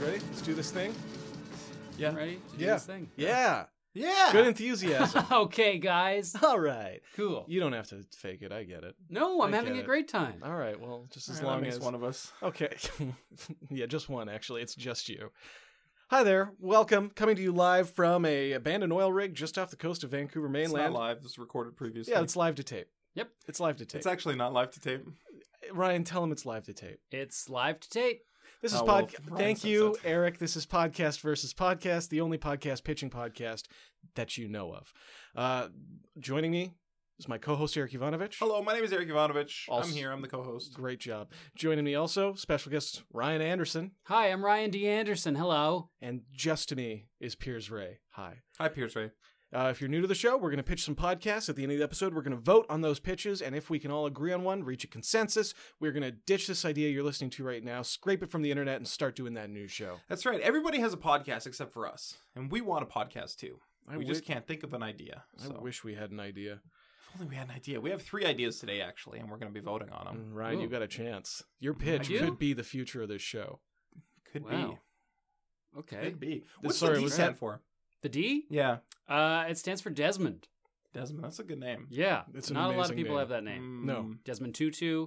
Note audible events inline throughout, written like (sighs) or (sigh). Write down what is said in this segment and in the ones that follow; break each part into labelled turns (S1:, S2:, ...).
S1: ready? Let's do this thing.
S2: Yeah.
S3: I'm ready to do
S1: Yeah.
S3: this thing.
S2: Yeah.
S1: Yeah. Good enthusiasm.
S3: okay, guys.
S2: (laughs) All right.
S3: Cool.
S2: You don't have to fake it. I get it.
S3: No, I'm
S2: I
S3: having
S2: get
S3: a
S2: it.
S3: great time.
S2: All right. Well, just as
S1: All right, that
S2: long
S1: makes
S2: as
S1: one of us.
S2: (laughs) Okay. yeah, just one, actually. It's just you. Hi there. Welcome. Coming to you live from a abandoned oil rig just off the coast of Vancouver
S1: It's
S2: mainland.
S1: not live. It's recorded previously.
S2: Yeah, it's live to tape.
S3: Yep.
S2: It's live to tape.
S1: It's actually not live to tape.
S2: Ryan, tell him it's live to tape.
S3: It's live to tape.
S2: This is
S1: Oh, well,
S2: pod.
S1: Ryan
S2: Thank
S1: says
S2: you,
S1: that.
S2: Eric. This is podcast versus podcast, the only podcast pitching podcast that you know of. Uh, joining me is my co-host Eric Ivanovich.
S1: Hello, my name is Eric Ivanovich.
S2: Also-
S1: I'm here. I'm the co-host.
S2: Great job. Joining me also special guest Ryan Anderson,
S3: Hi, I'm Ryan D. Anderson. Hello.
S2: and just to me is Piers Ray. Hi.
S1: Hi, Pierce Ray.
S2: Uh, if you're new to the show, we're going to pitch some podcasts. At the end of the episode, we're going to vote on those pitches, and if we can all agree on one, reach a consensus, we're going to ditch this idea you're listening to right now, scrape it from the internet, and start doing that new show.
S1: That's right. Everybody has a podcast except for us, and we want a podcast too.
S2: I
S1: we just
S2: wi-
S1: can't think of an idea. So.
S2: I wish we had an idea.
S1: If only we had an idea. We have three ideas today, actually, and we're going to be voting on them.
S2: Mm, Ryan, you
S3: Ooh.
S2: got a chance. Your pitch
S3: Mm, do?
S2: could be the future of this show.
S1: Could
S3: Wow.
S1: be.
S3: Okay.
S1: Could be. What's
S2: sorry,
S1: the D
S2: was
S1: stand
S2: that-
S1: for?
S3: The D?
S1: Yeah,
S3: Uh, it stands for Desmond.
S1: Desmond. That's a good name.
S3: Yeah.
S2: It's an
S3: Not a lot
S2: amazing
S3: of people
S2: name.
S3: have that name.
S2: No.
S1: Mm,
S3: Desmond Tutu.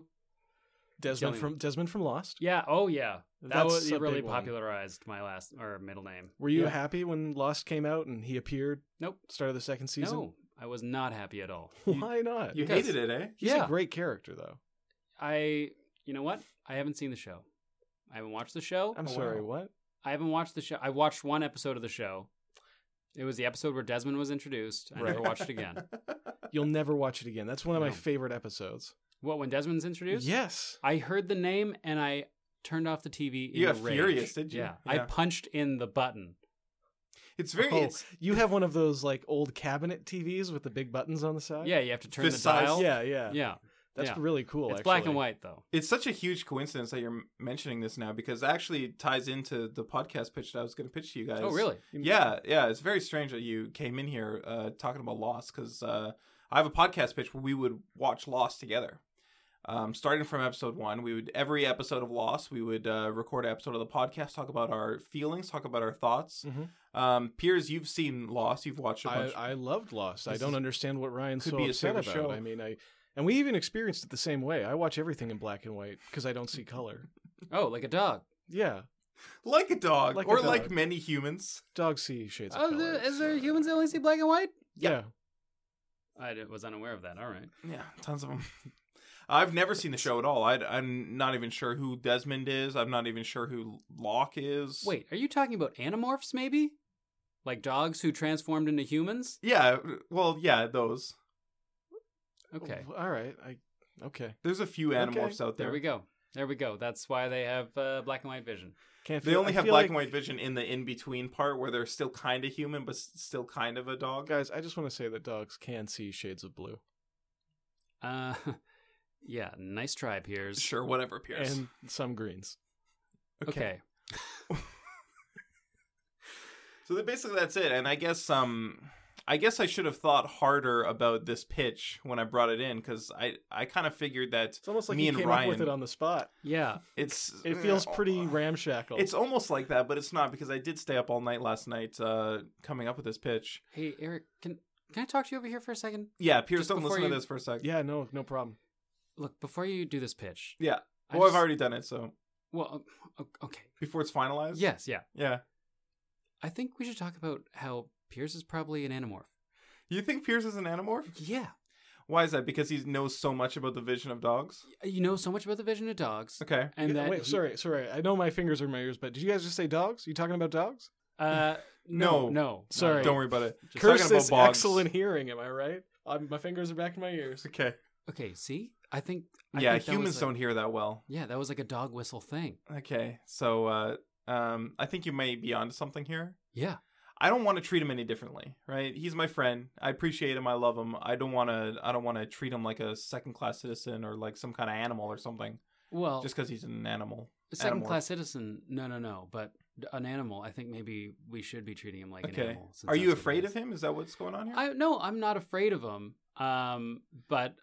S2: Desmond
S3: Killing.
S2: from Desmond from Lost.
S3: Yeah. Oh, yeah. That
S2: That's
S3: was
S2: a
S3: he really
S2: big one.
S3: popularized my last or middle name.
S2: Were you
S1: Yeah.
S2: happy when Lost came out and he appeared?
S3: Nope.
S2: Start of the second season.
S3: No, I was not happy at all.
S2: (laughs) Why not?
S1: You
S3: Because-
S1: hated it, eh?
S2: He's
S3: Yeah.
S2: a great character, though.
S3: I, you know what? I haven't seen the show. I haven't watched the show.
S2: I'm
S1: Oh,
S2: sorry.
S1: wow.
S2: What?
S3: I haven't watched the show. I watched one episode of the show. It was the episode where Desmond was introduced. I
S1: (laughs)
S3: never
S2: Right.
S3: watched it again.
S2: You'll never watch it again. That's one of my
S3: No.
S2: favorite episodes.
S3: What when Desmond's introduced?
S2: Yes.
S3: I heard the name and I turned off the TV. In
S1: You
S3: a
S1: got
S3: rage.
S1: furious, did you?
S3: Yeah, I
S1: Yeah.
S3: punched in the button.
S1: It's very.
S2: Oh,
S1: It's
S2: you have one of those like old cabinet TVs with the big buttons on the side.
S3: Yeah, you have to turn
S1: This
S3: the
S1: size-
S3: dial.
S2: yeah, yeah.
S3: yeah.
S2: That's
S3: yeah.
S2: really cool.
S3: it's
S2: actually.
S3: black and white though.
S1: it's such a huge coincidence that you're m- mentioning this now because it actually ties into the podcast pitch that I was going to pitch to you guys.
S3: Oh, really?
S1: Yeah, yeah. It's very strange that you came in here uh, talking about Lost because uh, I have a podcast pitch where we would watch Lost together. Um, starting from episode one, we would every episode of Lost, we would uh, record an episode of the podcast, talk about our feelings, talk about our thoughts.
S2: Mhm.
S1: Um, Piers, you've seen Lost, you've watched a bunch.
S2: I, I loved Lost. I
S1: This
S2: don't
S1: is-
S2: understand what Ryan's
S1: could
S2: so
S1: be his
S2: upset about.
S1: favorite show.
S2: I mean, I and we even experienced it the same way. I watch everything in black and white because I don't see color.
S3: Oh, like a dog.
S2: Yeah,
S1: like a dog,
S2: Like a
S1: or
S2: dog.
S1: like many humans.
S2: dogs see shades of
S3: Oh,
S2: color.
S3: the, is there humans that only see black and white?
S2: yeah.
S3: I d- was unaware of that. All right.
S1: Yeah, tons of them. (laughs) I've never seen the show at all. I, I'm not even sure who Desmond is. I'm not even sure who Locke is.
S3: Wait, are you talking about anamorphs? Maybe, like dogs who transformed into humans?
S1: Yeah, well, yeah, those.
S3: Okay.
S2: W- All right. I okay.
S1: There's a few animorphs out there.
S3: There we go. There we go. That's why they have uh, black and white vision.
S2: Can't
S1: They
S2: feel-
S1: only
S2: I
S1: have
S2: feel
S1: black
S2: like-
S1: and white vision in the in between part where they're still kind of human, but s- still kind of a dog.
S2: Guys, I just want to say that dogs can see shades of blue,
S3: Uh, (laughs) yeah. Nice try, Piers.
S1: Sure, whatever, Pierce.
S2: and some greens.
S3: Okay.
S1: So that basically that's it. And I guess um, I guess I should have thought harder about this pitch when I brought it in because I I kind of figured that
S2: It's almost like
S1: Me
S2: you
S1: and
S2: came up with
S1: Ryan-
S2: it on the spot.
S3: Yeah.
S1: it's eh, uh,
S2: It feels pretty ramshackle.
S1: It's almost like that, but it's not because I did stay up all night last night uh, coming up with this pitch.
S3: Hey, Eric, can can I talk to you over here for a second?
S1: Yeah, Pierce,
S3: Just
S1: don't
S3: before
S1: listen
S3: you-
S1: to this for a sec.
S2: yeah, no, no problem.
S3: Look, before you do this pitch.
S1: Yeah.
S3: I
S1: well,
S3: just-
S1: I've already done it, so
S3: Well, o- o- okay.
S1: before it's finalized.
S3: Yes, yeah.
S1: Yeah.
S3: I think we should talk about how Piers is probably an anamorph.
S1: You think Pierce is an animorph?
S3: Yeah.
S1: Why is that? Because he knows so much about the vision of dogs.
S3: You know so much about the vision of dogs,
S1: Okay.
S3: and
S2: Yeah,
S3: that
S2: wait,
S3: he-
S2: sorry, sorry. I know my fingers are in my ears, but did you guys just say dogs? You talking about dogs?
S1: (laughs)
S3: Uh, no,
S1: No.
S3: no, not
S2: Sorry.
S3: at
S1: Don't
S3: all.
S1: worry about it.
S3: Just-
S1: Talking
S2: Curse
S1: about
S2: this
S1: bogs.
S2: excellent hearing. Am I right? Um, my fingers are back in my ears.
S1: Okay.
S3: Okay. See, I think. I
S1: yeah,
S3: think that was
S1: humans
S3: like-
S1: don't hear that well.
S3: Yeah, that was like a dog whistle thing.
S1: Okay. So uh, um, I think you may be onto something here.
S3: Yeah.
S1: I don't want to treat him any differently, right? He's my friend. I appreciate him. I love him. I don't want to. I don't want to treat him like a second class citizen or like some kind of animal or something,
S3: Well,
S1: just because he's an animal.
S3: second
S1: animorph.
S3: class citizen. No, no, no. But d- an animal. I think maybe we should be treating him like an
S1: okay.
S3: animal. since
S1: Are you
S3: that's what it
S1: afraid
S3: is.
S1: of him? Is that what's going on here?
S3: I no, I'm not afraid of him. Um, but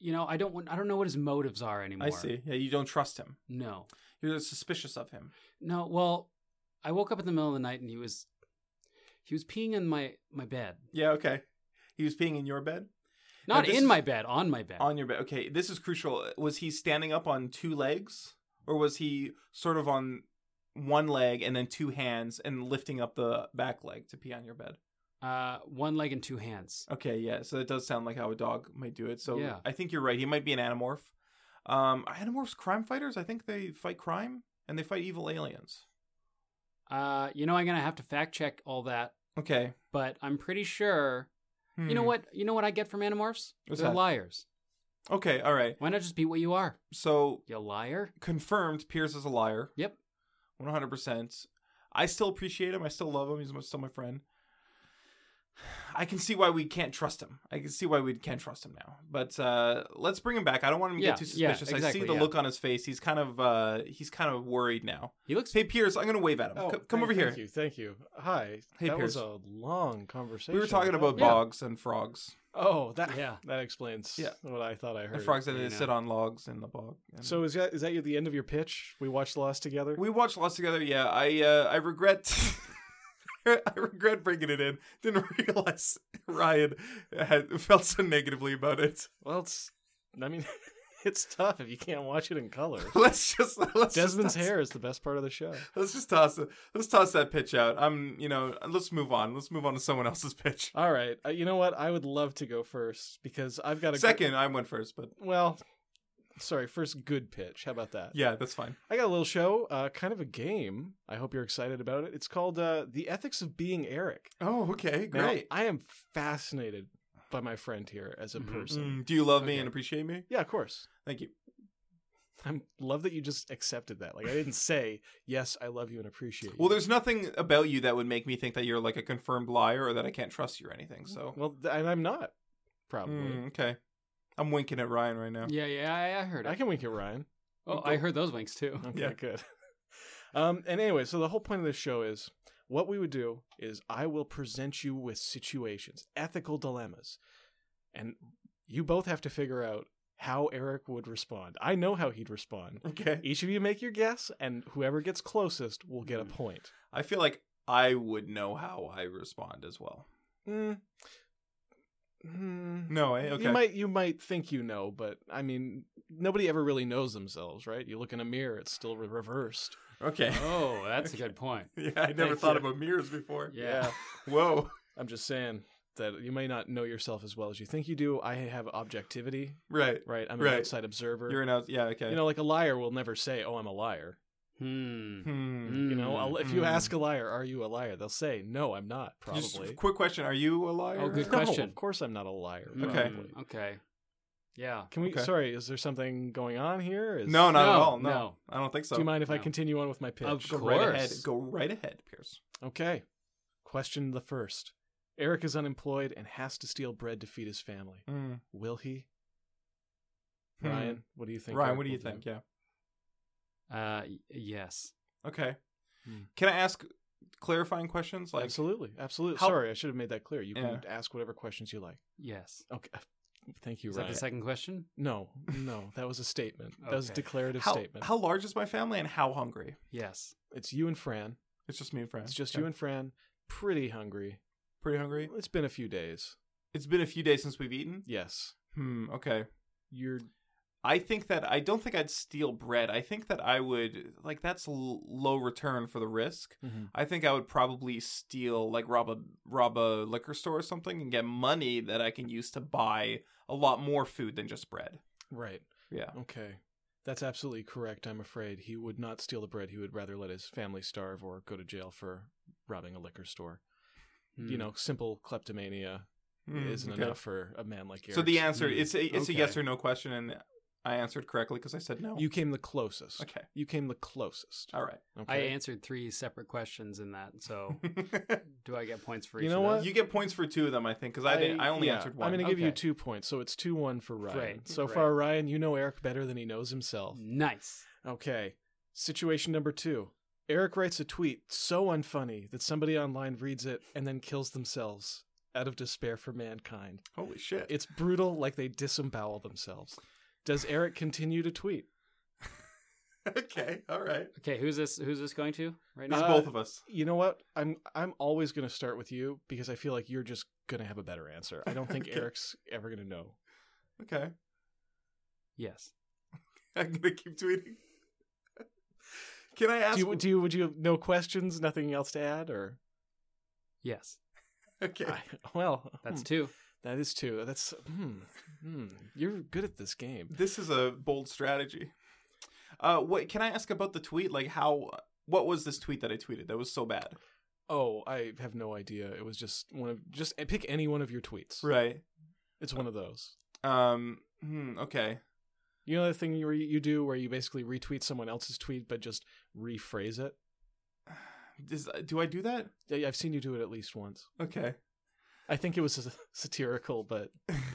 S3: you know, I don't want. I don't know what his motives are anymore.
S1: I see. Yeah, you don't trust him.
S3: No,
S1: You're suspicious of him.
S3: no. Well, I woke up in the middle of the night and he was he was peeing in my my bed.
S1: Yeah, okay. He was peeing in your bed?
S3: Not
S1: this
S3: in
S1: is-
S3: my bed, on my bed.
S1: On your bed. Okay, this is crucial. Was he standing up on two legs? Or was he sort of on one leg and then two hands and lifting up the back leg to pee on your bed?
S3: Uh, one leg and two hands.
S1: Okay, yeah. So that does sound like how a dog might do it. So
S3: Yeah.
S1: I think you're right. He might be an animorph. Um, are animorphs crime fighters. I think they fight crime and they fight evil aliens.
S3: Uh, you know I'm gonna have to fact check all that,
S1: Okay.
S3: but I'm pretty sure. You know
S1: Hmm.
S3: what? You know what I get from animorphs?
S1: What's
S3: They're
S1: that?
S3: liars.
S1: Okay. All right.
S3: Why not just be what you are?
S1: So
S3: You liar.
S1: confirmed, Pierce is a liar.
S3: Yep.
S1: One hundred percent. I still appreciate him. I still love him. He's still my friend. I can see why we can't trust him. I can see why we can't trust him now. But uh, let's bring him back. I don't want him to
S3: Yeah,
S1: get too
S3: yeah,
S1: suspicious. I see
S3: exactly,
S1: the
S3: yeah.
S1: look on his face. He's kind of uh, he's kind of worried now.
S3: He looks.
S1: Hey Pierce, I'm gonna wave at him.
S2: Oh,
S1: C- come
S2: thank-
S1: over here.
S2: Thank you. Thank you. Hi.
S1: Hey,
S2: that
S1: Pierce.
S2: was a long conversation.
S1: We were talking about
S2: Yeah.
S1: bogs and frogs.
S2: Oh, that
S3: Yeah.
S2: that explains
S1: Yeah.
S2: what I thought I heard.
S1: And frogs that
S3: you
S1: they
S3: know.
S1: sit on logs in the bog. And-
S2: So is that is that your- the end of your pitch? We watched Lost together.
S1: we watched Lost together. Yeah, I uh, I regret (laughs) I regret bringing it in. Didn't (laughs) realize Ryan had felt so negatively about it. (laughs)
S2: well, it's I mean, (laughs) it's tough if you can't watch it in
S1: (laughs)
S2: color.
S1: Let's just let's
S2: Desmond's
S1: just toss-
S2: hair is the best part of the show.
S1: Let's just toss it. Let's toss that pitch out. I'm you know let's move on. Let's move on to someone
S2: (laughs)
S1: else's pitch.
S2: All right, uh, you know what? I would love to go first because I've got a gr-
S1: Second, I went first, but
S2: well, sorry, first good pitch. How about that?
S1: yeah, that's fine.
S2: I got a little show, uh, kind of a game. I hope you're excited about it. It's called uh, "The Ethics of Being Eric."
S1: Oh, okay,
S2: Now,
S1: great.
S2: I am fascinated by my friend here as a
S3: Mhm.
S2: person.
S1: Mm, do you love me
S3: Okay.
S1: and appreciate me?
S2: Yeah, of course.
S1: Thank you.
S2: I love that you just accepted that. Like I didn't say yes, I love you and appreciate you.
S1: Well, there's nothing about you that would make me think that you're like a confirmed liar or that I can't trust you or anything. So,
S2: well, th- and I'm not probably.
S1: Mm, okay, I'm winking at Ryan right now.
S3: Yeah, yeah, I, I heard it.
S2: I can wink at Ryan.
S3: oh, I heard those winks too.
S2: Okay,
S1: Yeah.
S2: good. (laughs) Um, and anyway, so the whole point of this show is what we would do is I will present you with situations, ethical dilemmas, and you both have to figure out how Eric would respond. I know how he'd respond.
S1: Okay,
S2: Each of you make your guess, and whoever gets closest will
S1: Hmm.
S2: get a point.
S1: I feel like I would know how I respond as well.
S2: Mm. Mm.
S1: No, eh? okay.
S2: You might you might think you know, but I mean, nobody ever really knows themselves, right? You look in a mirror; it's still re- reversed.
S1: Okay.
S3: Oh,
S2: (laughs)
S3: that's a good point.
S1: (laughs) yeah, I never
S2: Thank
S1: thought
S2: you.
S1: about mirrors before.
S3: Yeah.
S1: Whoa. (laughs)
S2: I'm just saying that you may not know yourself as well as you think you do. I have objectivity,
S1: Right.
S2: right? I'm
S1: Right.
S2: an outside observer.
S1: You're an out. Yeah. Okay.
S2: you know, like a liar will never say, "Oh, I'm a liar."
S3: Hmm.
S1: hmm.
S2: You know,
S3: Hmm.
S2: I'll, if you
S1: Mm.
S2: ask a liar, "Are you a liar?" They'll say, "No, I'm not." Mm, Probably.
S1: Just (laughs) a quick question: Are you a liar?
S3: Oh,
S1: (laughs)
S3: good
S2: No,
S3: question.
S2: of course, I'm not a liar.
S3: Hmm,
S1: Okay.
S2: probably.
S3: Okay. Yeah.
S2: Can we?
S1: Okay.
S2: Sorry, is there something going on here? Is,
S1: No, not at
S3: No,
S1: all. No,
S3: no.
S1: I don't think so.
S2: Do you mind if I
S3: No.
S2: continue on with my pitch?
S3: Of
S1: Go right
S3: Course.
S1: ahead. Go right ahead, Pierce.
S2: Okay. Question the first. Eric is unemployed and has to steal bread to feed his
S1: (laughs)
S2: family. Will he?
S1: Hmm.
S2: Ryan, what do you think?
S1: Ryan,
S2: Eric
S1: what do you
S2: will
S1: think? Yeah.
S3: Uh, y- yes.
S1: Okay.
S2: Hmm.
S1: Can I ask clarifying questions? Like,
S2: absolutely, absolutely.
S1: How-
S2: Sorry, I should have made that clear. You
S1: Yeah.
S2: can ask whatever questions you like.
S3: Yes.
S2: Okay.
S1: (laughs)
S2: Thank you,
S3: Is that
S2: Ryan.
S3: the second question?
S2: no, no, that was a statement. That was a
S3: Okay.
S2: declarative
S1: how,
S2: statement.
S1: how large is my family and how hungry?
S3: Yes.
S2: It's you and Fran.
S1: It's just me and Fran.
S2: It's just
S1: Okay.
S2: you and Fran. Pretty hungry.
S1: pretty hungry.
S2: It's been a few days.
S1: It's been a few days since we've eaten.
S2: Yes.
S1: Hmm. Okay.
S2: You're
S1: I think that I don't think I'd steal bread. I think that I would like that's l- low return for the risk. I think I would probably steal like rob a rob a liquor store or something and get money that I can use to buy a lot more food than just bread.
S2: right.
S1: Yeah.
S2: Okay. That's absolutely correct, I'm afraid. He would not steal the bread. He would rather let his family starve or go to jail for robbing a liquor store. You
S3: Hmm.
S2: know, simple kleptomania
S1: Hmm,
S2: isn't
S1: Mm. okay.
S2: enough for a man like Eric.
S1: So the answer
S3: Hmm,
S1: it's a, it's
S2: okay.
S1: a yes or no question and I answered correctly because I said no.
S2: You came the closest.
S1: okay.
S2: You came the closest.
S1: All right.
S2: Okay.
S3: I answered three separate questions in that.
S2: (laughs)
S3: So do I get points for each
S2: You know
S3: of
S2: what?
S3: those?
S1: you get points for two of them I think cuz I, didn't, I only
S2: yeah,
S1: answered one.
S2: I'm going to give you
S3: Okay.
S2: two points, so it's 2 1 for Ryan.
S3: Right,
S2: so
S3: right.
S2: far, Ryan, you know Eric better than he knows himself.
S3: Mm. Nice.
S2: Okay. Situation number two Eric writes a tweet so unfunny that somebody online reads it and then kills themselves out of despair for mankind.
S1: Oh, Holy shit.
S2: It's brutal, like they disembowel themselves. Does Eric continue to tweet?
S1: (laughs) okay, all right.
S3: Okay, who's this? Who's this going to right
S1: It's
S3: now?
S2: Uh,
S1: both of us.
S2: You know what? I'm I'm always going to start with you because I feel like you're just going to have a better answer. I don't think
S1: Okay.
S2: Eric's ever going to know.
S1: Okay, (laughs)
S3: yes.
S1: I'm gonna keep tweeting. Can I ask?
S2: Do you, do you would you no questions, nothing else to add or
S3: Yes.
S2: (laughs)
S1: okay,
S2: I, well,
S3: That's
S2: hmm,
S3: two.
S2: that is two. That's hmm, hmm. You're good at this game.
S1: this is a bold strategy. Uh, what can I ask about the tweet? Like, how? What was this tweet that I tweeted that was so bad?
S2: Oh, I have no idea. It was just one of just pick any one of your tweets.
S1: Right.
S2: It's one of those.
S1: Um. Hmm, okay.
S2: You know the thing you you do where you basically retweet someone else's tweet but just rephrase it.
S1: Does, do I do that?
S2: Yeah, I've seen you do it at least once.
S1: Okay.
S2: I think it was s- satirical, but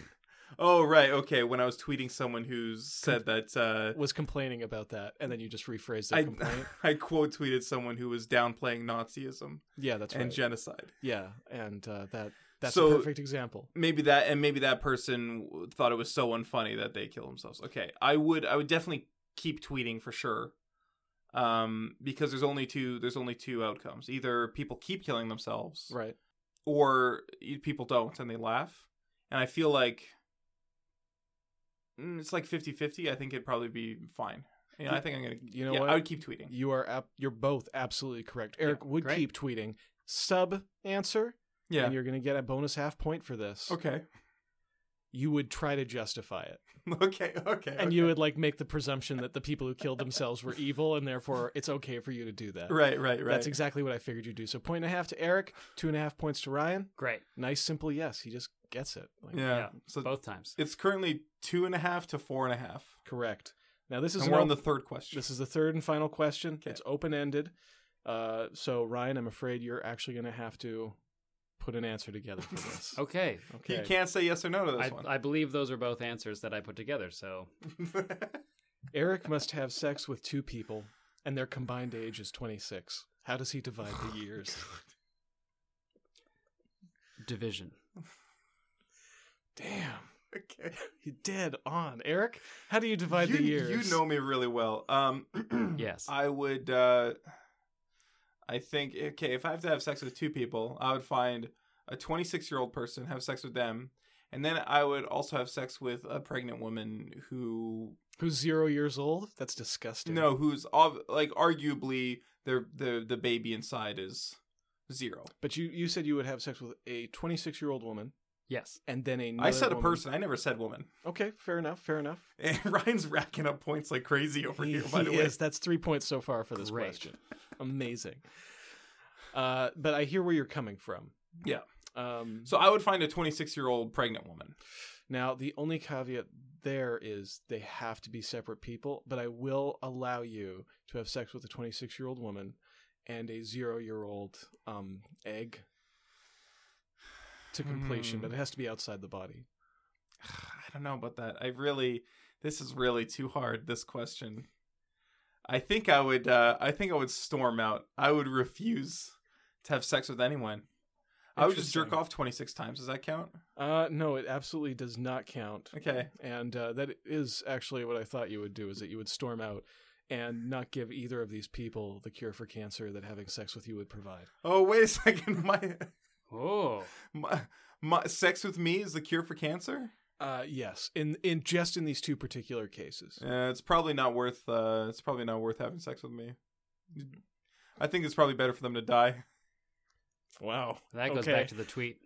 S1: (laughs) Oh right. Okay. When I was tweeting someone who said that. Uh,
S2: was complaining about that, and then you just rephrased the
S1: I,
S2: complaint.
S1: (laughs) I quote tweeted someone who was downplaying Nazism
S2: Yeah, that's
S1: and
S2: right.
S1: genocide.
S2: yeah, and uh, that that's a
S1: So-
S2: perfect example.
S1: Maybe that and maybe that person w- thought it was so unfunny that they kill themselves. Okay, I would I would definitely keep tweeting for sure, um, because there's only two there's only two outcomes. Either people keep killing themselves,
S2: Right.
S1: or y- people don't and they laugh. And I feel like mm, it's like 50-50. I think it'd probably be fine. Yeah, I think I'm gonna.
S2: You know
S1: yeah,
S2: what?
S1: I would keep tweeting.
S2: You are ab- you're both absolutely correct. Eric would
S3: great.
S2: keep tweeting sub answer,
S1: Yeah.
S2: and you're going to get a bonus half point for this.
S1: (laughs) Okay.
S2: You would try to justify it,
S1: okay. Okay.
S2: and you would like make the presumption that the people who killed themselves
S1: (laughs)
S2: were evil, and therefore it's okay for you to do that.
S1: Right. Right. Right.
S2: That's exactly what I figured you'd do. So point and a half to Eric, two and a half points to Ryan.
S3: Great.
S2: Nice, simple yes. He just gets it. Like,
S1: Yeah.
S3: Yeah,
S1: So
S3: Both times.
S1: it's currently two and a half to four and a half.
S2: Correct. Now this is
S1: And
S2: an
S1: we're on
S2: op-
S1: the third question.
S2: This is the third and final question.
S1: Okay.
S2: It's open ended. Uh, so Ryan, I'm afraid you're actually going to have to put an answer together
S1: (laughs)
S2: for this.
S3: Okay.
S1: You can't say yes or no to this
S3: I,
S1: one.
S3: I believe those are both answers that I put together. So
S2: Eric must have sex with two people, and their combined age is 26. How does he divide
S1: Oh
S2: the years?
S3: division.
S2: Damn,
S1: (laughs) okay.
S2: you're dead on, Eric. How do you divide
S1: you,
S2: the years?
S1: you know me really well. Um, (clears throat)
S3: Yes.
S1: I would. Uh, I think okay. If I have to have sex with two people, I would find a 26 year old person, have sex with them, and then I would also have sex with a pregnant woman who
S2: who's zero years old? That's disgusting.
S1: no, who's ob- like arguably their the the baby inside is zero.
S2: but you you said you would have sex with a 26 year old woman,
S3: Yes.
S2: and then a.
S1: I said a
S2: woman.
S1: person. I never said woman. (laughs)
S2: Okay, fair enough. Fair enough.
S1: And Ryan's racking up points like crazy (laughs) over
S2: He-
S1: here. By
S2: he
S1: the way,
S2: is. That's three points so far for this
S3: Great.
S2: question. Amazing. Uh, but I hear where you're coming from.
S1: Yeah.
S2: Um,
S1: so I would find a 26 year old pregnant woman.
S2: now, the only caveat there is they have to be separate people, but I will allow you to have sex with a 26 year old woman and a zero year old um, egg to completion,
S1: Hmm.
S2: but it has to be outside the body.
S1: (sighs) I don't know about that. I really, this is really too hard. This question. I think I would. Uh, I think I would storm out. I would refuse to have sex with anyone. I would just jerk
S2: Interesting.
S1: off 26 times. Does that count?
S2: Uh, no, it absolutely does not count.
S1: Okay.
S2: and uh, that is actually what I thought you would do is that you would storm out and not give either of these people the cure for cancer that having sex with you would provide.
S1: Oh wait a (laughs) second. My
S3: Oh.
S1: my, my sex with me is the cure for cancer.
S2: Uh, yes, in in just in these two particular cases.
S1: Yeah, it's probably not worth. Uh, it's probably not worth having sex with me. I think it's probably better for them to die.
S2: Wow,
S3: That goes
S2: Okay.
S3: back to the tweet.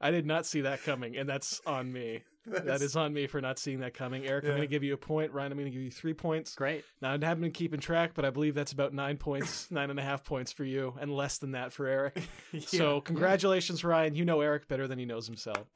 S2: I did not see that coming, and that's on me. That is on me for not seeing that coming. Eric, I'm
S1: Yeah.
S2: going to give you a point. Ryan, I'm going to give you three points.
S3: Great.
S2: Now I haven't been keeping track, but I believe that's about nine
S1: (laughs)
S2: points, nine and a half points for you, and less than that for Eric. So congratulations, Ryan. You know Eric better than he knows himself.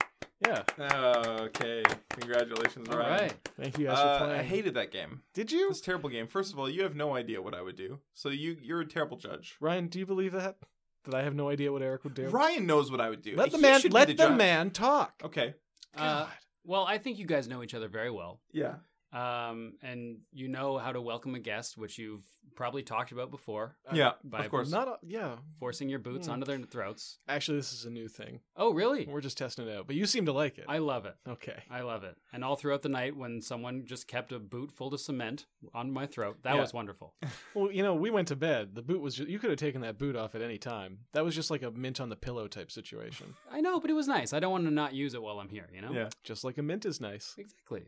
S2: Yeah,
S1: (laughs) Okay. Congratulations,
S3: All
S1: Ryan.
S3: right.
S2: thank you guys for
S1: Uh,
S2: playing.
S1: I hated that game.
S2: Did you?
S1: It was a terrible game. First of all, you have no idea what I would do, so you you're a terrible judge.
S2: Ryan, do you believe that? That I have no idea what Eric would do.
S1: Ryan knows what I would do.
S2: let the
S1: He
S2: man
S1: should be Oh,
S2: let the
S1: judge.
S2: man talk.
S1: Okay.
S3: Uh,
S2: God.
S3: well, I think you guys know each other very well.
S1: Yeah.
S3: um, and you know how to welcome a guest, which you've probably talked about before,
S1: yeah,
S3: by
S1: of course.
S2: Not a, yeah.
S3: forcing your boots
S2: Hmm.
S3: onto their throats.
S2: Actually, this is a new thing.
S3: Oh, really?
S2: We're just testing it out, but you seem to like it.
S3: I love it.
S2: okay.
S3: I love it. And all throughout the night, when someone just kept a boot full of cement on my throat, that
S2: Yeah.
S3: was wonderful.
S2: Well, you know, we went to bed. The boot was ju- you could have taken that boot off at any time. That was just like a mint on the pillow type
S1: (laughs)
S2: situation.
S3: I know, but it was nice. I don't want to not use it while I'm here, you know?
S1: Yeah.
S2: just like a mint is nice.
S3: Exactly.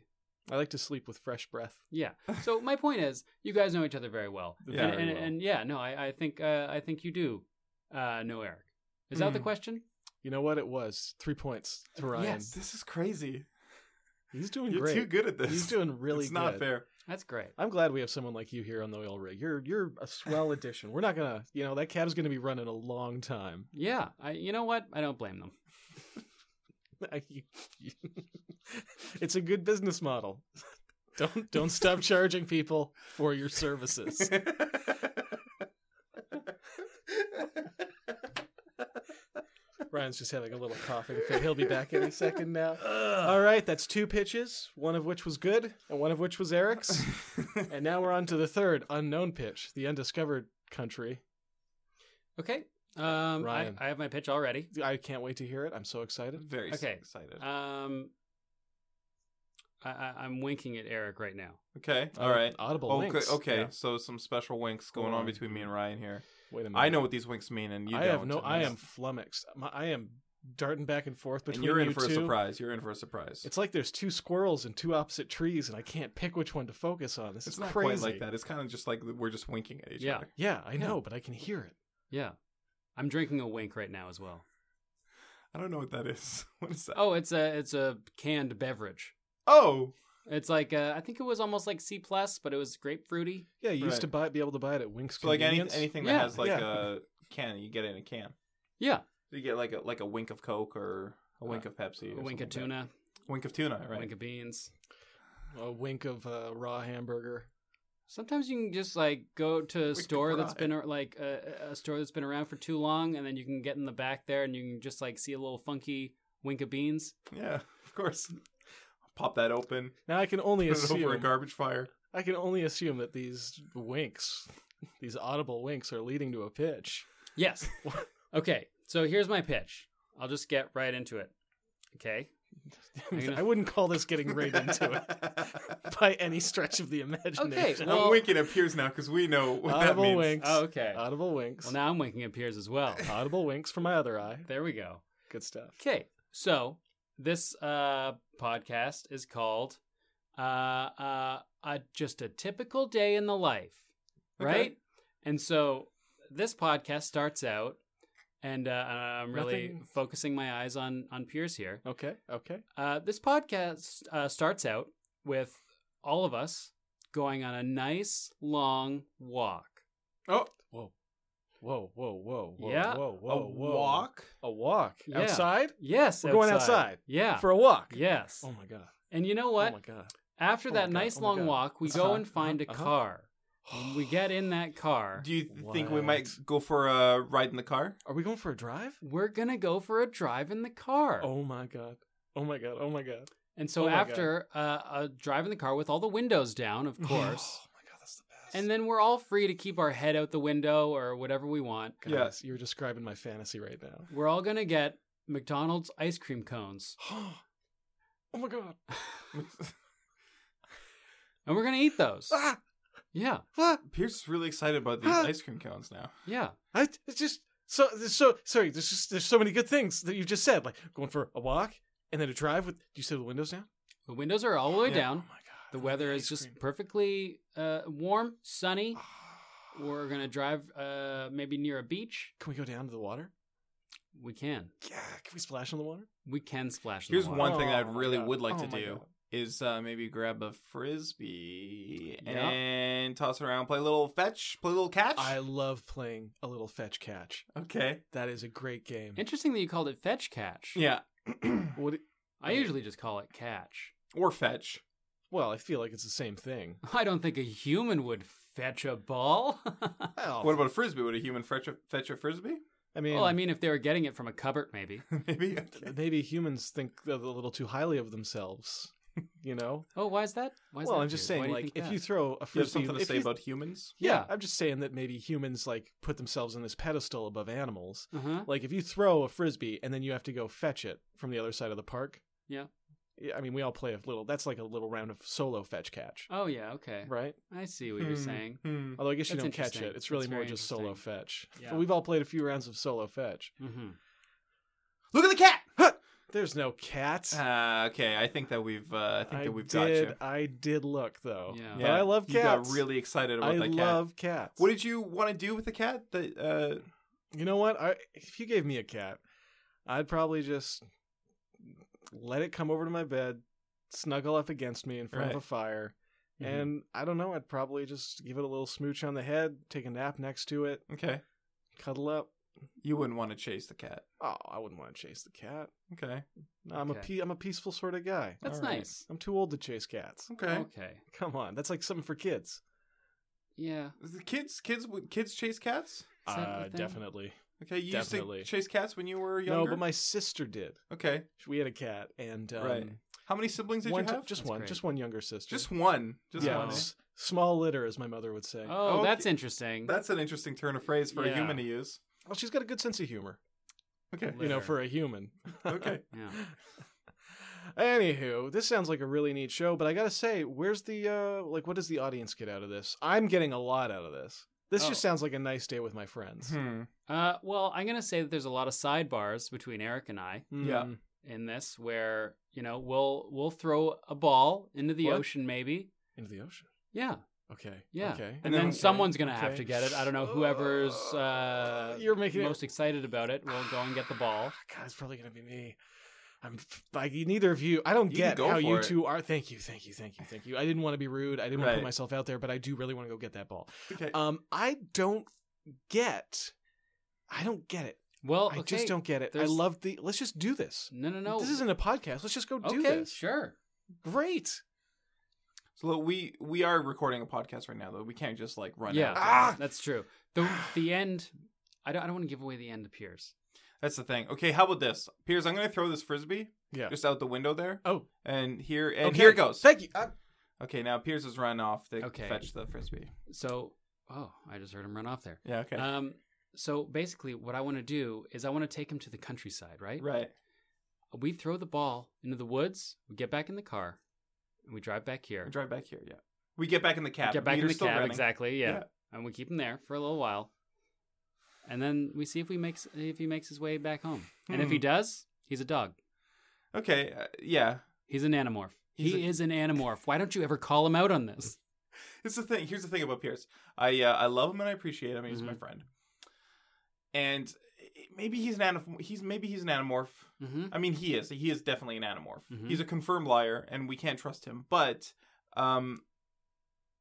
S2: I like to sleep with fresh breath.
S3: Yeah. So my point is, you guys know each other very well.
S1: Yeah.
S3: and,
S2: Very
S3: and,
S2: well.
S3: and yeah, no, I, I think uh, I think you do uh, know Eric. Is that the
S1: Hmm.
S3: question?
S2: You know what it was? 3 points to Ryan.
S3: Yes.
S1: This is crazy.
S2: He's doing
S1: You're
S2: great.
S1: too good at this.
S2: He's doing really
S1: It's not
S2: good.
S1: fair.
S2: (laughs)
S1: (laughs)
S3: That's great.
S2: I'm glad we have someone like you here on the oil rig. You're you're a swell addition. We're not gonna, you know, that cab's gonna be running a long time. (laughs)
S3: Yeah. I, you know what? I don't blame them.
S2: You- you- it's a good business model. (laughs) Don't don't stop charging people for your
S1: (laughs)
S2: services. Ryan's just having a little coughing fit. He'll be back any second now. All right, that's two pitches, one of which was good and one of which was Eric's.
S1: (laughs)
S2: And now we're on to the third unknown pitch, the undiscovered country.
S3: Okay. Um, I,
S2: Ryan.
S3: I have my pitch already.
S2: I can't wait to hear it. I'm so excited.
S1: Very
S3: Okay.
S1: excited.
S3: Um, I, I, I'm winking at Eric right now.
S1: okay.
S2: uh,
S1: All right.
S2: Audible
S1: Oh,
S2: winks.
S1: good. okay.
S2: Yeah.
S1: So some special winks going
S2: Hold
S1: on
S2: on. Mm.
S1: between me and Ryan here.
S2: Wait a minute.
S1: I know what these winks mean, and you
S2: I
S1: don't.
S2: have no.
S1: and
S2: I
S1: that's-
S2: am flummoxed. My, I am darting back and forth between
S1: And you're in
S2: you
S1: for
S2: two.
S1: a surprise. You're in for a surprise.
S2: It's like there's two squirrels and two opposite trees, and I can't pick which one to focus on. This
S1: It's
S2: is
S1: not
S2: crazy.
S1: quite like that. It's kind of just like we're just winking at each
S3: Yeah.
S1: other.
S2: Yeah, I know, but I can hear it.
S3: Yeah. I'm drinking a wink right now as well.
S1: I don't know what that is. (laughs) What is that?
S3: Oh, it's a it's a canned beverage.
S1: Oh,
S3: It's like uh, I think it was almost like C plus, but it was grapefruity.
S2: Yeah, you used
S1: Right.
S2: to buy be able to buy it at Winks.
S1: so like any,
S2: Convenience.
S1: anything that
S3: Yeah,
S1: has like
S2: yeah.
S1: a can, you get it in a can.
S3: Yeah,
S1: So you get like a like a wink of Coke or a wink of Pepsi, or
S3: a wink of
S1: something like
S3: tuna,
S1: that. Uh, wink of tuna,
S3: a
S1: right?
S3: wink of beans.
S2: a wink of uh, raw hamburger.
S3: Sometimes you can just like go to a
S1: of
S3: store that's
S1: rye.
S3: been ar- like a, a store that's been around for too long, and then you can get in the back there and you can just like see a little funky wink of beans.
S1: yeah, (laughs) of course. Pop that open.
S2: Now I can only
S1: Put it over a
S2: assume
S1: garbage fire.
S2: I can only assume that these winks, these audible winks, are leading to a pitch.
S3: Yes. okay. So here's my pitch. I'll just get right into it. Okay. gonna-
S2: (laughs) I wouldn't call this getting right into
S1: (laughs)
S2: it by any stretch of the imagination.
S3: Okay.
S1: I'm
S3: Well,
S1: winking at Piers now because we know what that
S2: Audible
S1: means.
S2: winks.
S3: Oh, okay.
S2: Audible winks.
S3: Well, now I'm winking at Piers as well.
S2: Audible winks for my other eye.
S3: There we go.
S2: Good stuff.
S3: Okay, so this uh, podcast is called uh, uh, uh, "Just a Typical Day in the Life,"
S1: Okay.
S3: right? And so this podcast starts out, and uh, I'm really
S2: Nothing-
S3: focusing my eyes on on Pierce here.
S2: Okay. Okay.
S3: Uh, this podcast uh, starts out with all of us going on a nice long walk.
S1: Oh,
S2: Whoa. Whoa. Whoa. Whoa. Whoa.
S3: Yeah.
S2: Whoa. Whoa.
S1: a
S2: whoa.
S1: walk.
S2: A walk
S3: Yeah.
S2: outside
S3: Yes,
S2: We're going outside.
S3: Yeah.
S2: for a walk.
S3: Yes.
S2: Oh my god.
S3: And you know
S2: Oh
S3: what?
S2: my god.
S3: After
S2: Oh my
S3: that
S2: God,
S3: nice
S2: oh my
S3: long
S2: God.
S3: walk, we
S2: Uh-huh,
S3: go and find a
S2: uh-huh, uh-huh.
S3: car. When we get
S2: (gasps)
S3: in that car,
S1: Do you th- think we might
S2: What?
S1: go for a ride in the car?
S2: Are we going for a drive?
S3: we're gonna go for a drive in the car.
S2: Oh my god. Oh my god. Oh my god.
S3: and so
S2: oh my God.
S3: after uh, a drive in the car with all the windows down,
S2: (gasps)
S3: of course,
S2: Oh my god, that's the best.
S3: and then we're all free to keep our head out the window or whatever we want.
S2: Guys, you're describing my fantasy right now.
S3: We're all gonna get McDonald's ice cream cones,
S2: (gasps) oh my god.
S3: and we're gonna eat those.
S2: Ah,
S3: yeah,
S2: ah,
S1: Pierce is really excited about these
S2: Huh?
S1: ice cream cones now.
S3: yeah,
S2: I, it's just so there's so sorry. There's just there's so many good things that you just said. Like going for a walk and then a drive with. You said the windows down.
S3: the windows are all the way
S1: Yeah.
S3: down.
S2: Oh my god.
S3: The weather is just perfectly uh, warm, sunny.
S2: Ah.
S3: We're gonna drive uh, maybe near a beach.
S2: (sighs) Can we go down to the water?
S3: We can.
S2: Yeah. Can we splash in the water?
S3: We can splash. in the
S1: Here's
S3: water.
S1: one thing that I
S2: Oh my
S1: really
S2: God.
S1: would like to
S2: Oh my
S1: do
S2: God.
S1: is uh, maybe grab a frisbee
S3: Yeah.
S1: and toss it around, play a little fetch, play a little catch.
S2: I love playing a little fetch catch.
S1: Okay.
S2: That is a great game.
S3: Interesting that you called it fetch catch.
S1: Yeah.
S2: What? it-
S3: I usually just call it catch.
S1: (clears throat)
S3: (laughs)
S1: or fetch.
S2: Well, I feel like it's the same thing.
S3: I don't think a human would fetch a ball. (laughs)
S2: Well,
S1: What about a frisbee? Would a human fetch a, fetch a frisbee? (laughs)
S2: I mean,
S3: well, I mean, if they were getting it from a cupboard, maybe.
S1: Maybe. Okay. (laughs)
S2: maybe humans think a little too highly of themselves. You know.
S3: Oh, why is that? Why is
S2: well,
S3: that
S2: I'm just
S3: weird?
S2: saying,
S3: Why do
S2: like,
S3: think
S2: if
S3: that?
S2: you throw a
S1: You have
S2: frisbee,
S1: something to
S2: if
S1: say
S2: you-
S1: about humans?
S2: yeah,
S3: Yeah.
S2: I'm just saying that maybe humans like put themselves in this pedestal above animals.
S3: uh-huh.
S2: Like, if you throw a frisbee and then you have to go fetch it from the other side of the park.
S3: Yeah.
S2: Yeah, I mean, we all play a little. That's like a little round of solo fetch catch,
S3: Oh yeah, okay.
S2: right?
S3: I see what you're
S1: Hmm,
S3: saying.
S1: hmm.
S2: Although I guess you
S3: That's
S2: don't catch
S3: interesting.
S2: it. It's really
S3: That's
S2: more
S3: very
S2: just solo
S3: interesting.
S2: fetch.
S3: Yeah.
S2: But we've all played a few rounds of solo fetch.
S3: Mm-hmm.
S1: Look at the cat. (laughs)
S2: There's no cats.
S1: Uh, okay, I think that we've uh, I think that we've
S2: did.
S1: got you.
S2: I did look though.
S3: Yeah.
S2: But I love
S1: You got
S2: cats.
S1: really excited about
S2: I
S1: that cat.
S2: love cats.
S1: What did you want to do with the cat? That uh,
S2: you know what? I, if you gave me a cat, I'd probably just let it come over to my bed, snuggle up against me in front of
S1: Right.
S2: a fire,
S3: Mm-hmm.
S2: and I don't know. I'd probably just give it a little smooch on the head, take a nap next to it,
S1: okay,
S2: cuddle up.
S1: you wouldn't want to chase the cat.
S2: Oh, I wouldn't want to chase the cat.
S1: Okay,
S2: No, I'm a
S3: Okay.
S2: pe- I'm a peaceful sort of guy.
S3: That's
S1: All right.
S3: nice.
S2: I'm too old to chase cats.
S1: okay.
S3: okay.
S2: Come on, that's like something for kids.
S3: Yeah.
S1: The kids, kids, would- kids chase cats.
S3: Is that a thing?
S2: Uh, definitely.
S1: Okay, you
S2: Definitely.
S1: used to chase cats when you were younger.
S2: No, but my sister did.
S1: okay.
S2: We had a cat, and um,
S1: Right. How many siblings did
S2: one
S1: you
S2: ti-
S1: have?
S2: just
S3: That's
S2: one,
S3: great.
S2: just one younger sister.
S1: Just one. Just
S2: yeah,
S1: one. eh?
S3: one.
S2: s- small litter, as my mother would say.
S3: Oh,
S1: Okay.
S3: that's interesting.
S1: That's an interesting turn of phrase for a
S3: Yeah.
S1: human to use.
S2: well, she's got a good sense of humor,
S1: Okay.
S2: you know,
S3: Litter.
S2: for a human.
S1: (laughs) Okay.
S3: Yeah.
S2: Anywho, this sounds like a really neat show, but I gotta say, where's the uh, like, what does the audience get out of this? I'm getting a lot out of this. This
S3: Oh.
S2: just sounds like a nice day with my friends.
S1: Hmm.
S3: Uh, well, I'm gonna say that there's a lot of sidebars between Eric and I
S1: Yeah.
S2: Mm,
S3: in this, where you know we'll we'll throw a ball into the
S2: What?
S3: ocean, maybe.
S2: into the ocean.
S3: Yeah,
S2: Okay.
S3: yeah.
S2: Okay.
S3: And, then,
S1: then-
S3: someone's gonna
S2: okay. Oh,
S3: have to get it. I don't know whoever's uh,
S2: (laughs) You're making it Ah,
S3: most excited about it will go and get the ball.
S2: God, it's probably gonna be me. I'm f- like neither of you. I don't
S1: You can
S2: get
S1: go
S2: how
S1: for
S2: you
S1: it.
S2: two are. Thank you, thank you, thank you, thank you. I didn't want to be rude. I didn't want to
S1: Right.
S2: put myself out there, but I do really want to go get that ball.
S1: Okay.
S2: Um, I don't get. I don't get it.
S3: Well,
S2: I
S3: okay.
S2: just don't get it. I
S3: there's-
S2: love the. Let's just do this.
S3: No, no, no.
S2: This isn't a podcast. Let's just go do
S3: okay.
S2: this.
S3: Sure.
S2: Great.
S1: so look, we we are recording a podcast right now, though. We can't just like run.
S3: yeah,
S1: out.
S2: Ah!
S3: that's true. the The end. I don't. I don't want to give away the end to Pierce.
S1: That's the thing. Okay, how about this, Piers? I'm gonna throw this frisbee
S2: Yeah.
S1: just out the window there,
S2: oh,
S1: and here and
S2: okay.
S1: here it goes.
S2: Thank you. Uh,
S1: Okay, now Piers has run off to
S3: Okay.
S1: fetch the frisbee.
S3: So, oh, I just heard him run off there.
S1: Yeah. Okay.
S2: Uh,
S3: Um, so basically, what I want to do is I want to take him to the countryside, right?
S1: right.
S3: We throw the ball into the woods. We get back in the car, and we drive back here.
S1: We drive back here. Yeah. We get back in the cab.
S3: get back in the
S1: Meter's still
S3: cab,
S1: running.
S3: exactly. Yeah.
S1: Yeah.
S3: and we keep him there for a little while, and then we see if we makes if he makes his way back home. And if
S1: Hmm.
S3: he does, he's a dog.
S1: Okay. Uh, yeah.
S3: He's an animorph.
S1: He's
S3: he
S1: a-
S3: is an animorph. Why don't you ever call him out on this?
S1: It's the thing. Here's the thing about Pierce. I uh, I love him and I appreciate him. He's my
S3: Mhm.
S1: friend. And eh, maybe he's an anif- he's maybe he's an anamorph.
S3: Mm-hmm.
S1: I mean, he is. He is definitely an anamorph.
S3: Mhm.
S1: He's a confirmed liar, and we can't trust him. But, um,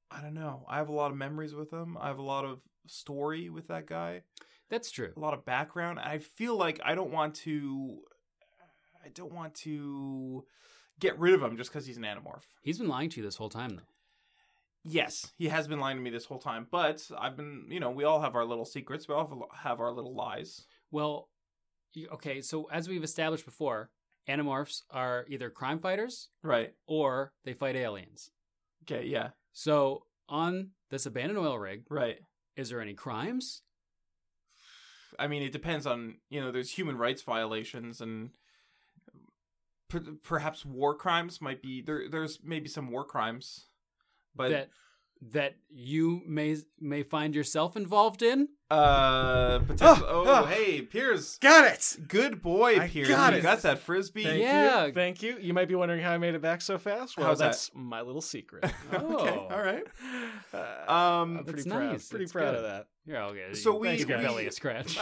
S1: I don't know. I have a lot of memories with him. I have a lot of story with that guy.
S3: That's true.
S1: A lot of background. I feel like I don't want to. I don't want to get rid of him just because he's an anamorph.
S3: He's been lying to you this whole time, though.
S1: Yes, he has been lying to me this whole time, but I've been, you know, we all have our little secrets. We all have a- have our little lies.
S3: Well, you- okay. So as we've established before, animorphs are either crime fighters
S1: Right.
S3: or they fight aliens.
S1: Okay, yeah.
S3: So on this abandoned oil rig,
S1: Right.
S3: is there any crimes?
S1: I mean, it depends on, you know, there's human rights violations and per- perhaps war crimes might be there there's maybe some war crimes. But
S3: that that you may may find yourself involved in.
S1: uh potential-
S2: Oh,
S1: oh,
S2: oh.
S1: hey, Piers.
S2: got it.
S1: Good boy,
S2: I
S1: Piers.
S2: got
S1: you
S2: it.
S1: got that frisbee.
S2: Thank
S3: Yeah.
S2: you. Thank you. You might be wondering how I made it back so fast. Well,
S1: How's that?
S2: that's my little
S3: (laughs)
S2: secret.
S1: (laughs) okay.
S3: Oh.
S2: (laughs)
S1: All right.
S2: Uh, I'm
S1: Um
S2: pretty
S3: That's
S2: proud.
S3: nice.
S2: Pretty
S3: That's
S2: proud
S3: good.
S2: of that.
S1: (laughs)
S3: You're all good.
S1: So
S3: You-
S1: we-
S3: you got
S1: we-
S3: belly a
S1: (laughs)
S3: scratch.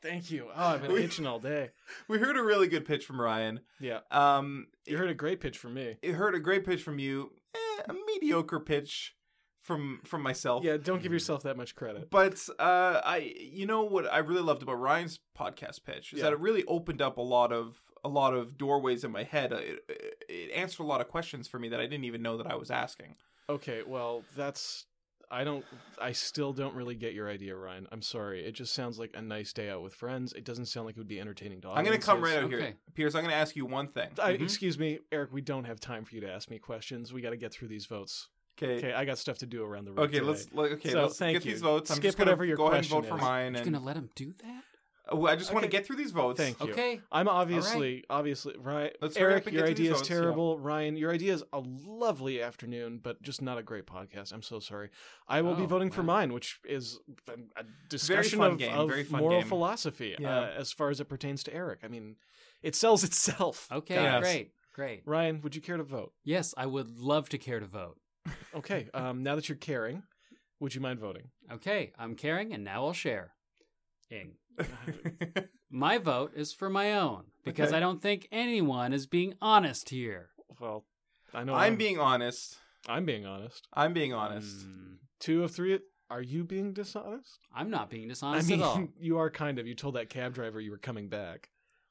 S2: Thank you. Oh, I've been
S1: Ah. We-
S2: itching all day.
S1: we heard a really good pitch from Ryan.
S2: Yeah.
S1: Um
S2: You heard a great pitch from me.
S1: it heard a great pitch from you, eh, a mediocre pitch from from myself.
S2: Yeah, don't give yourself that much credit.
S1: But uh, I, you know what I really loved about Ryan's podcast pitch is
S2: Yeah.
S1: that it really opened up a lot of a lot of doorways in my head. It, it, it answered a lot of questions for me that I didn't even know that I was asking.
S2: Okay, well, that's I don't. I still don't really get your idea, Ryan. I'm sorry. It just sounds like a nice day out with friends. It doesn't sound like it would be entertaining to.
S1: I'm going to come right
S2: audiences.
S1: out here,
S3: Okay.
S1: Pierce. I'm going to ask you one thing. Mm-hmm.
S2: I,
S3: Mhm.
S2: Excuse me, Eric. We don't have time for you to ask me questions. We got to get through these votes.
S1: Okay.
S2: Okay, I got stuff to do around the room.
S1: Eh. Okay. Let's let- okay.
S2: So,
S1: let's
S2: thank
S1: get these
S2: you.
S1: votes. I'm
S2: Skip
S1: just gonna
S2: whatever your
S1: go ahead and
S2: question
S1: vote for
S2: is.
S1: mine.
S3: You're
S1: And
S3: gonna let him do that?
S1: Oh, I just want to
S2: Okay.
S1: get through these votes.
S2: Thank you.
S3: Okay.
S2: I'm obviously, obviously, right.
S1: Let's hurry
S2: Eric,
S1: up and
S2: your
S1: get to these
S2: idea is
S1: votes, yeah.
S2: terrible. Ryan, your idea is a lovely afternoon, but just not a great podcast. I'm so sorry. I will be
S3: Oh,
S2: voting for
S3: wow.
S2: mine, which is a, a discussion
S1: fun
S2: of,
S1: game,
S2: of
S1: very fun
S2: moral
S1: game.
S2: philosophy
S1: Yeah.
S2: uh, as far as it pertains to Eric. I mean, it sells itself.
S3: Okay.
S1: Yes.
S3: Great. Great.
S2: Ryan, would you care to vote?
S3: Yes, I would love to care to vote.
S1: (laughs)
S2: Okay. Um, now that you're caring, would you mind voting?
S3: Okay, I'm caring, and now I'll share. Ing.
S1: (laughs)
S3: My vote is for my own because
S1: Okay.
S3: I don't think anyone is being honest here.
S2: Well, I know
S1: I'm being honest.
S2: I'm being honest.
S1: I'm being
S2: Mm.
S1: honest.
S3: Hmm.
S2: Two of three. Are you being dishonest?
S3: I'm not being dishonest
S2: I
S3: at all.
S1: (laughs)
S2: mean, (laughs) you are kind of. You told that cab driver you were coming back.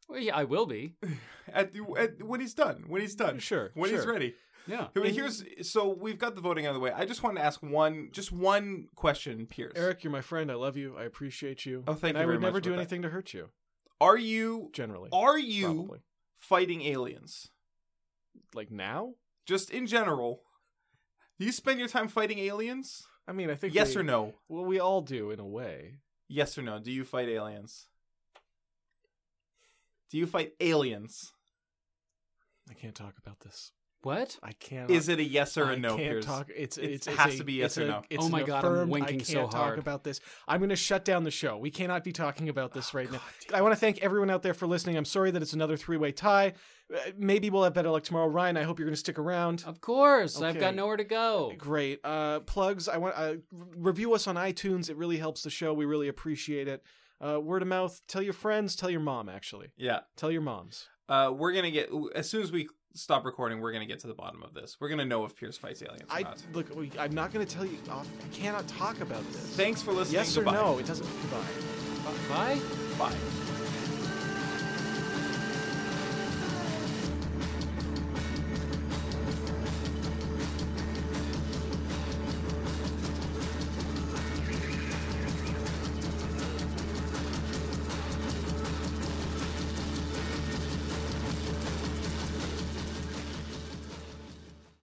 S3: Well, yeah, I will be.
S1: At, at when he's done. When he's done.
S2: Sure.
S1: When he's
S2: sure.
S1: ready. (laughs)
S3: Yeah.
S1: I mean, here's so we've got the voting out of the way. I just wanted to ask one, just one question, Pierce.
S2: Eric, you're my friend. I love you. I appreciate you.
S1: Oh, thank
S2: and
S1: you
S2: I
S1: very
S2: would never
S1: much
S2: do
S1: about that.
S2: anything to hurt you,
S1: are you
S2: generally.
S1: are you
S2: probably.
S1: fighting aliens?
S2: Like now?
S1: Just in general, do you spend your time fighting aliens?
S2: I mean, I think.
S1: Yes
S2: we-
S1: or no?
S2: Well, we all do in a way.
S1: Yes or no? Do you fight aliens? Do you fight aliens?
S2: I can't talk about this.
S3: What?
S2: I can't.
S1: Is it a yes or a
S2: I
S1: no,
S2: can't
S1: Pierce?
S2: talk. It's,
S1: It
S2: it's,
S1: has
S2: it's
S1: to
S2: a-
S1: be yes
S2: it's
S1: or
S2: a-
S1: no.
S2: it's
S3: Oh
S2: an
S3: my God, I'm
S2: affirmed, I
S3: winking
S2: can't
S3: so
S2: talk
S3: hard.
S2: about this. I'm going to shut down the show. We cannot be talking about this right now.
S1: God
S2: I want to thank everyone out there for listening. I'm sorry that it's another three-way tie. Uh, Maybe we'll have better luck tomorrow. Ryan, I hope you're going to stick around.
S3: Of course. I've got
S2: Okay.
S3: nowhere to go.
S2: Great. Uh, plugs. I want uh, re- review us on iTunes. It really helps the show. We really appreciate it. Uh, word of mouth. Tell your friends. Tell your mom. Actually,
S1: Yeah.
S2: tell your moms.
S1: Uh, we're gonna get as soon as we stop recording. We're gonna get to the bottom of this. We're gonna know if Pierce fights aliens or
S2: I
S1: not.
S2: look. We, I'm not going to tell you. Off, I cannot talk about this.
S1: Thanks for listening.
S2: yes or
S1: Goodbye.
S2: no? It doesn't. Goodbye.
S3: Bye.
S1: Bye.